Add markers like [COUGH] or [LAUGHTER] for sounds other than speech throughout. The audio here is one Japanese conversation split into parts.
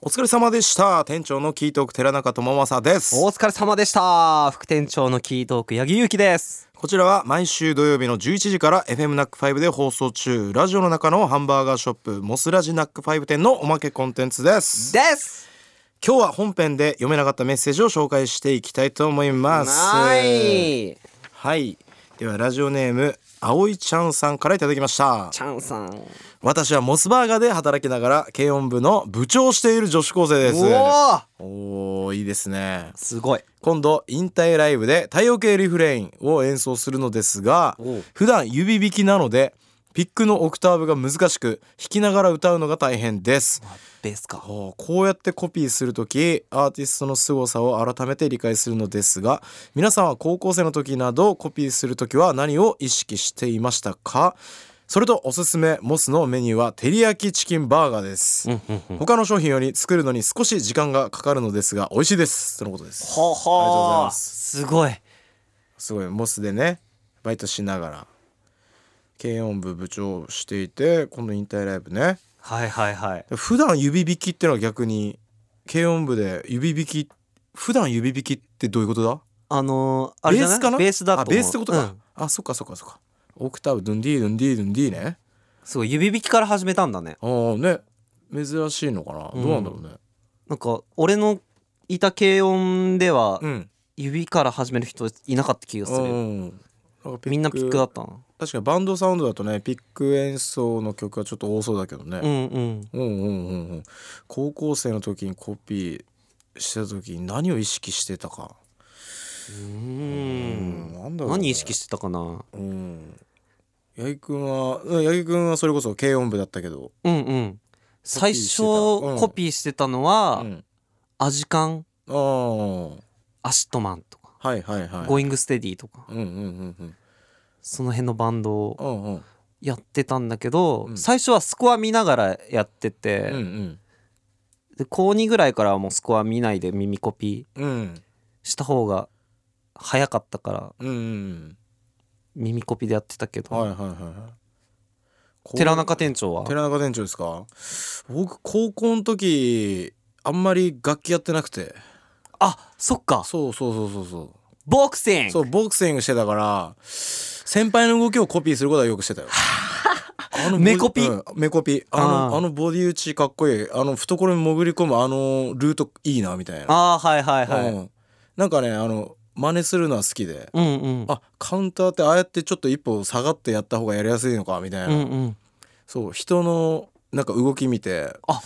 お疲れ様でした店長のキートーク寺中智正ですお疲れ様でした副店長のキートーク八木ゆうきですこちらは毎週土曜日の11時から FM ナック5で放送中ラジオの中のハンバーガーショップモスラジナック5店のおまけコンテンツですです今日は本編で読めなかったメッセージを紹介していきたいと思いますはいはいではラジオネーム葵ちゃんさんからいただきましたちゃんさんお私はモスバーガーで働きながら軽音部の部長をしている女子高生ですーおおいいですねすごい今度引退ライブで太陽系リフレインを演奏するのですがおう普段指弾きなのでピックのオクターブが難しく弾きながら歌うのが大変ですベースかおーこうやってコピーする時アーティストの凄さを改めて理解するのですが皆さんは高校生の時などコピーする時は何を意識していましたかそれとおすすめモスのメニューは照り焼きチキンバーガーです、他の商品より作るのに少し時間がかかるのですが美味しいですとのことですほありがとうございほまーすすごいすごいモスでねバイトしながら軽音部部長をしていて今度引退ライブねはいはいはい普段指弾きってのは逆に軽音部で指弾き普段指弾きってどういうことだあのー、あれじゃベースないかなベースだと思あうベースってことか、うんあそっかそっかそっかオクターブドゥンディードゥンディードゥンディーねすごい指弾きから始めたんだねああね珍しいのかな、うんどうなんだろうねなんか俺のいた軽音ではうん指から始める人いなかった気がすうるんかみんなピックだったな確かにバンドサウンドだとねピック演奏の曲はちょっと多そうだけどね、うんうんうんうんうんうん高校生の時にコピーしてた時に何を意識してたかうーんなんだろうね何意識してたかなうん八木くんはうん八木くんはそれこそ軽音部だったけどうんうん最初うんコピーしてたのうはん「アジカン」ああは「アシットマン」とかいはいは「いゴイングステディ」とかうんうんうんうんその辺のバンドをうんうんやってたんだけどうん最初はスコア見ながらやってうんうてんで高2ぐらいからはもうスコア見ないで耳コピうんーした方が早かったからうんうん耳コピーでやってたけど、はいはいはい寺中店長は寺中店長ですか僕高校の時あんまり楽器やってなくてあそっかそうそうそうそうそうボクシングそうボクシングしてたから先輩の動きをコピーすることはよくして [LAUGHS] たよあボディメコピうんメコピあのああーのボディ打ちかっこいいあの懐に潜り込むあのルートいいなみたいなああはいはいはい、うんなんかねあの真似するのは好きでうん、うんあカウンターってああやってちょっと一歩下がってやった方がやりやすいのかみたいな、うんうんそう人のなんか動き見てあ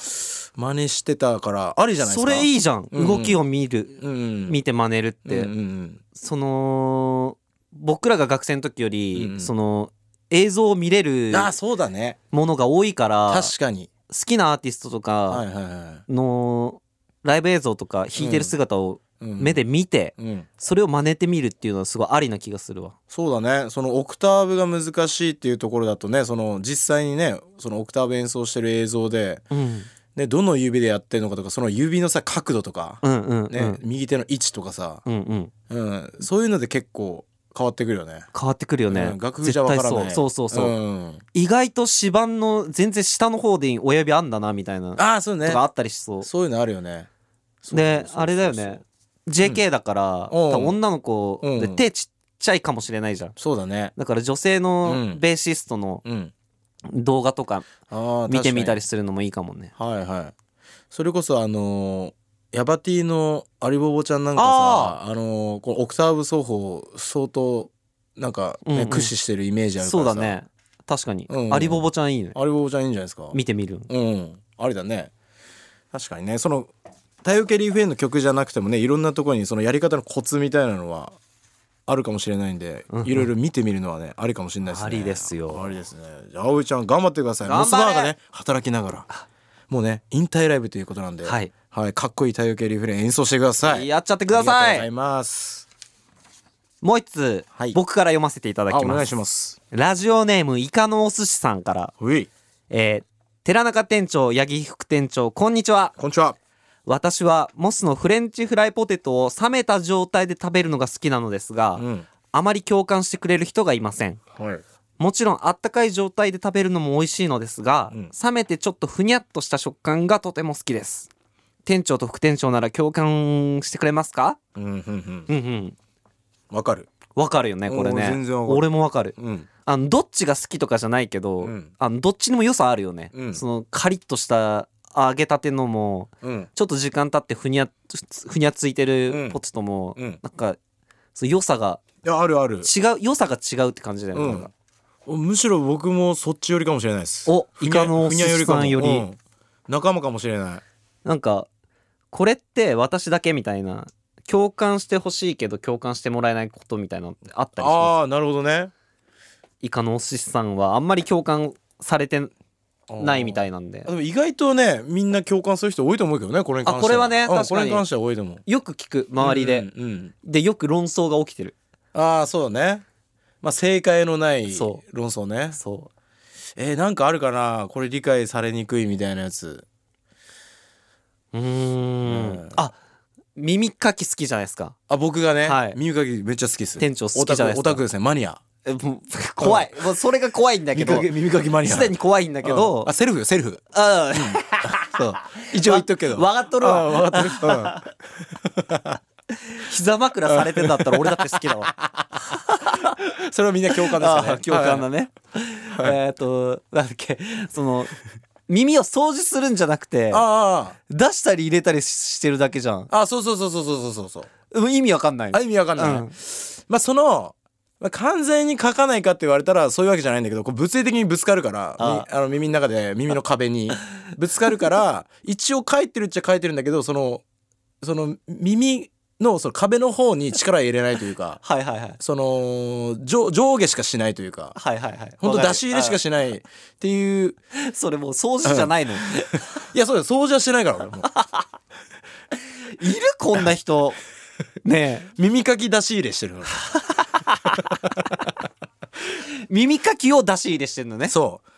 真似してたからありじゃないですそかれいいいじゃん、うんうん動きを見るうん見て真似るって、うんうんその僕らが学生の時より、うんうんその映像を見れうるんあそうだねものが多いから好確かにきなアーティストはといかはいはのライブ映像とか弾いてる姿をい、うん目で見て、うんそれを真似てみるっていうのはすごいありな気がするわ。そうだねそのオクターブが難しいっていうところだとねその実際にねそのオクターブ演奏してる映像で、うん、ね、どの指でやってるのかとかその指のさ角度とか、うんうんうん、ね右手の位置とかさ、うんうんうん、そういうので結構変わってくるよね。変わってくるよね、うん、楽譜じゃわからない絶対そうそうそうそう、うん意外と指板の全然下の方で親指あんだなみたいなとああそうねかあったりしそうそういうのあるよね。そうでそうそうそうあれだよね JK だから、うん多分女の子うでん手ちっちゃいかもしれないじゃんそうだね。だから女性のうんベーシストのうん、動画とかああ見てみたり。りするのもいいかもねはいはい。それこそあのーヤバティのアリボボちゃんなんかさあのーこのオクターブ奏法相当なんか、ねうんうん駆使してるイメージあるかそらうさだね確かに、うんアリボボちゃんいいねアリボボちゃんいいんじゃないですか見てみるうんありだね確かにねその太陽系リーフェンの曲じゃなくてもねいろんなところにそのやり方のコツみたいなのはあるかもしれないんで、うんうんいろいろ見てみるのはねありかもしれないですねありですよありですねじゃあ葵ちゃん頑張ってください頑張モれスバーがね働きながらもうね引退ライブということなんでははい、かっこいい太陽系リーフレン演奏してくださいやっちゃってくださありがとうございいますもう一つ、はい僕から読ませていただきあまおす願いしますラジオネームイカのお寿司さんからういえー寺中店長八木副店長こんにちはこんにちは私はモスのフレンチフライポテトを冷めた状態で食べるのが好きなのですが、うんあまり共感してくれる人がいませんはいもちろんあったかい状態で食べるのも美味しいのですが、うん冷めてちょっとふにゃっとした食感がとても好きです店長と副店長なら共感してくれますかうんうんうんうんうんわかるわかるよねこれおーね全然わかる俺もわかるうんあのどっちが好きとかじゃないけど、うんあのどっちにも良さあるよね、うんそのカリッとした揚げたてのもうんちょっと時間経ってふにゃふにゃついてうるんポテトも、うんなんかそう良さがいやあるある違う良さが違うって感じだよね、うんなんかむしろ僕もそっち寄りかもしれないですおふにゃイカのふにゃよりかもお寿司さんよりうん仲間かもしれないなんかこれって私だけみたいな共感してほしいけど共感してもらえないことみたいなのってあったりしますああーなるほどねイカのお寿司さんはあんまり共感されてないみいたいなんででも意外とねみんな共感する人多いと思うけどねこれに関してあこれはねうん確かにこれに関しては多いと思うよく聞く周りで、うんうんでよく論争が起きてるああそうだねまあ正解のないそ論争ねそうえー、なんかあるかなこれ理解されにくいみたいなやつうーうんん。あ、耳かき好きじゃないですか。あ僕がね、はい耳かきめっちゃ好きです店長好きじゃないですかオタクオタクですねマニアえもう怖い。もうそれが怖いんだけ耳どか、き耳かきマニアすでに怖いんだけどうんあ、セルフよセルフうん。そう一応言っとくけどわわかっとるわうんわかっとる、うん膝枕されてんだったら俺だって好きだわ。 [LAUGHS] それはみんな共感ですよあね。共感はだいね。えっと、なんだっけ、その、耳を掃除するんじゃなくて、あ出したり入れたりししてるだけじゃん。あああ、そうそうそうそうそうそうそう。うん意味わかんない。あ意味わかんない。うんまあその、まあ、完全に書かないかって言われたらそういうわけじゃないんだけど、こう物理的にぶつかるから、みあ、あの耳の中で耳の壁 [LAUGHS] にぶつかるから、一応書いてるっちゃ書いてるんだけど、そのその耳のその壁の方に力入れないというかはいはいはい。その上上下しかしないというか。はいはいはい。本当出し入れしかししないっていうそれもう掃除じゃないの。いやそうだよ掃除はしてないから俺もいるこんな人。ねえ。耳かき出し入れしてるから耳かきを出し入れしてんの [LAUGHS] ね。そう。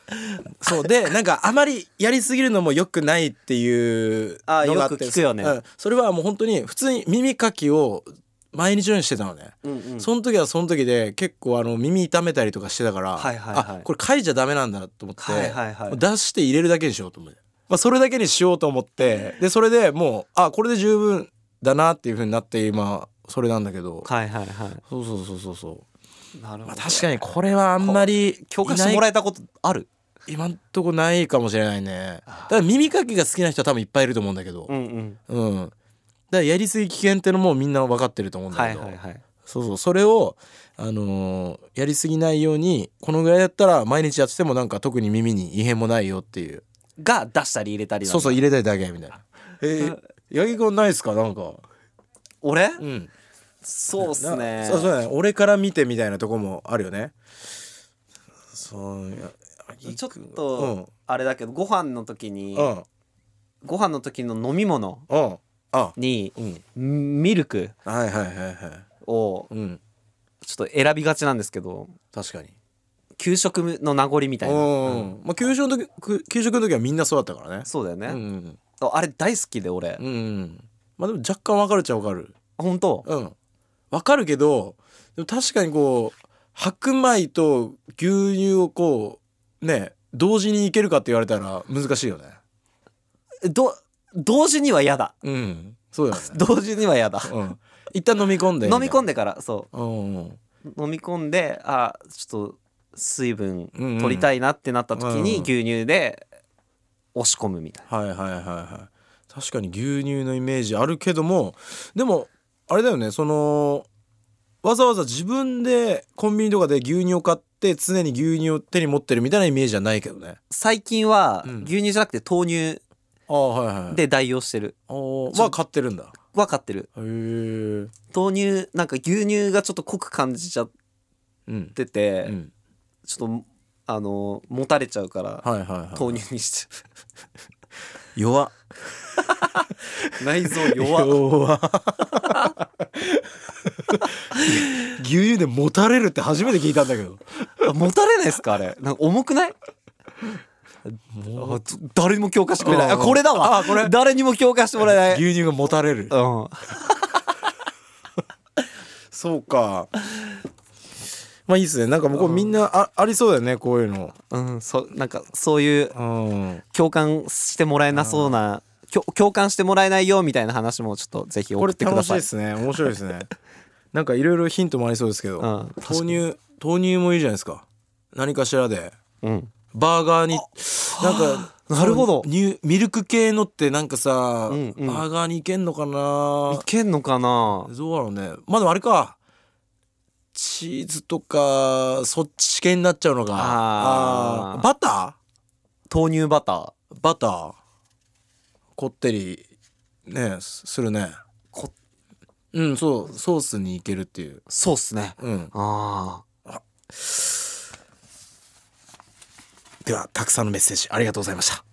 そうでなんかあまりやりすぎるのも良くないっていうあーのがあってよく聞くよねうんそれはもう本当に普通に耳かきを毎日のようにしてたのね、うんうんその時はその時で結構あの耳痛めたりとかしてたから、はいはいはいあこれ嗅いじゃダメなんだと思って、はいはいはいもう出して入れるだけにしようと思って、まあ、それだけにしようと思ってでそれでもうあこれで十分だなっていう風になって今それなんだけどはいはいはい。そうそうそうそうそう、なるほまあ、ど。確かにこれはあんまり共感してもらえたことある。今んとこないかもしれないねあだから耳かきが好きな人は多分いっぱいいると思うんだけどんうん。うん、だからやりすぎ危険ってのもみんな分かってると思うんだはけいど、はいはい。そうそうそれを、あのーやりすぎないようにこのぐらいだったら毎日やっててもなんか特に耳に異変もないよっていうが出したり入れたりなんだ。そうそう入れたいだけみたい [LAUGHS] なえー、八木君ないですかなんか俺？うんそうっすねな。そうそうだね俺から見てみたいなとこもあるよねそうや八木君ちょっとあれだけどご飯の時にうんうんご飯の時の飲み物うんあにうんミルクはいはいはいはいをうんちょっと選びがちなんですけど、確かに給食の名残みたいな。うんまあ給食の時く給食の時はみんなそうだったからねそうだようね。んあれ大好きで俺うん。うんまあでも若干わかるっちゃわかる本当。うんわかるけどでも確かにこう白米と牛乳をこうね同時にいけるかって言われたら難しいよねど同時には嫌だ。うんそうだよね同時には嫌だ。うん一旦飲み込んで飲み込んででからそう。うんうん飲み込んであちょっと水分うんうん取りたいなってなった時うにん牛乳で押し込むみたいはいはいはいはい確かに牛乳のイメージあるけどもでもあれだよねそのわざわざ自分でコンビニとかで牛乳を買って常に牛乳を手に持ってるみたいなイメージじゃないけどね最近はうん牛乳じゃなくて豆ああはいは乳でで代用してるは買ってるんだは買ってるへえうん豆乳なんか牛乳がちょっと濃く感じちゃっうんてて、ちょっとあの持たれちゃうからはいはいはい豆乳にして [LAUGHS] 弱内臓弱弱 [LAUGHS] 牛乳で持たれるって初めて聞いたんだけど持たれないですかあれなんか重くないあちょ誰にも共感してくれないあこれだわあこれ誰にも共感してもらえない、牛乳が持たれるうん、そうか。まあいいっすね。なんかもうこうみんなあありそうだよね、こういうの。うん、そうなんかそういううん。共感してもらえなそうなきょ共感してもらえないよみたいな話もちょっとぜひこ送れってくだ楽しいさいですね面白い [LAUGHS] ですねなんかいろいろヒントもありそうですけど、うん確かに豆乳豆乳もいいじゃないですか何かしらでうんバーガーになんかなるほどその乳ミルク系のってなんかさ、うんうんバーガーにいけんのかないけんのかなどうだろうねまあでもあれかチーズとかそっち系になっちゃうのかあーーバタ豆乳バターーバターこってりねすするねこうんそうソースにいけるっていうそうっすねうんあではたくさんのメッセージありがとうございました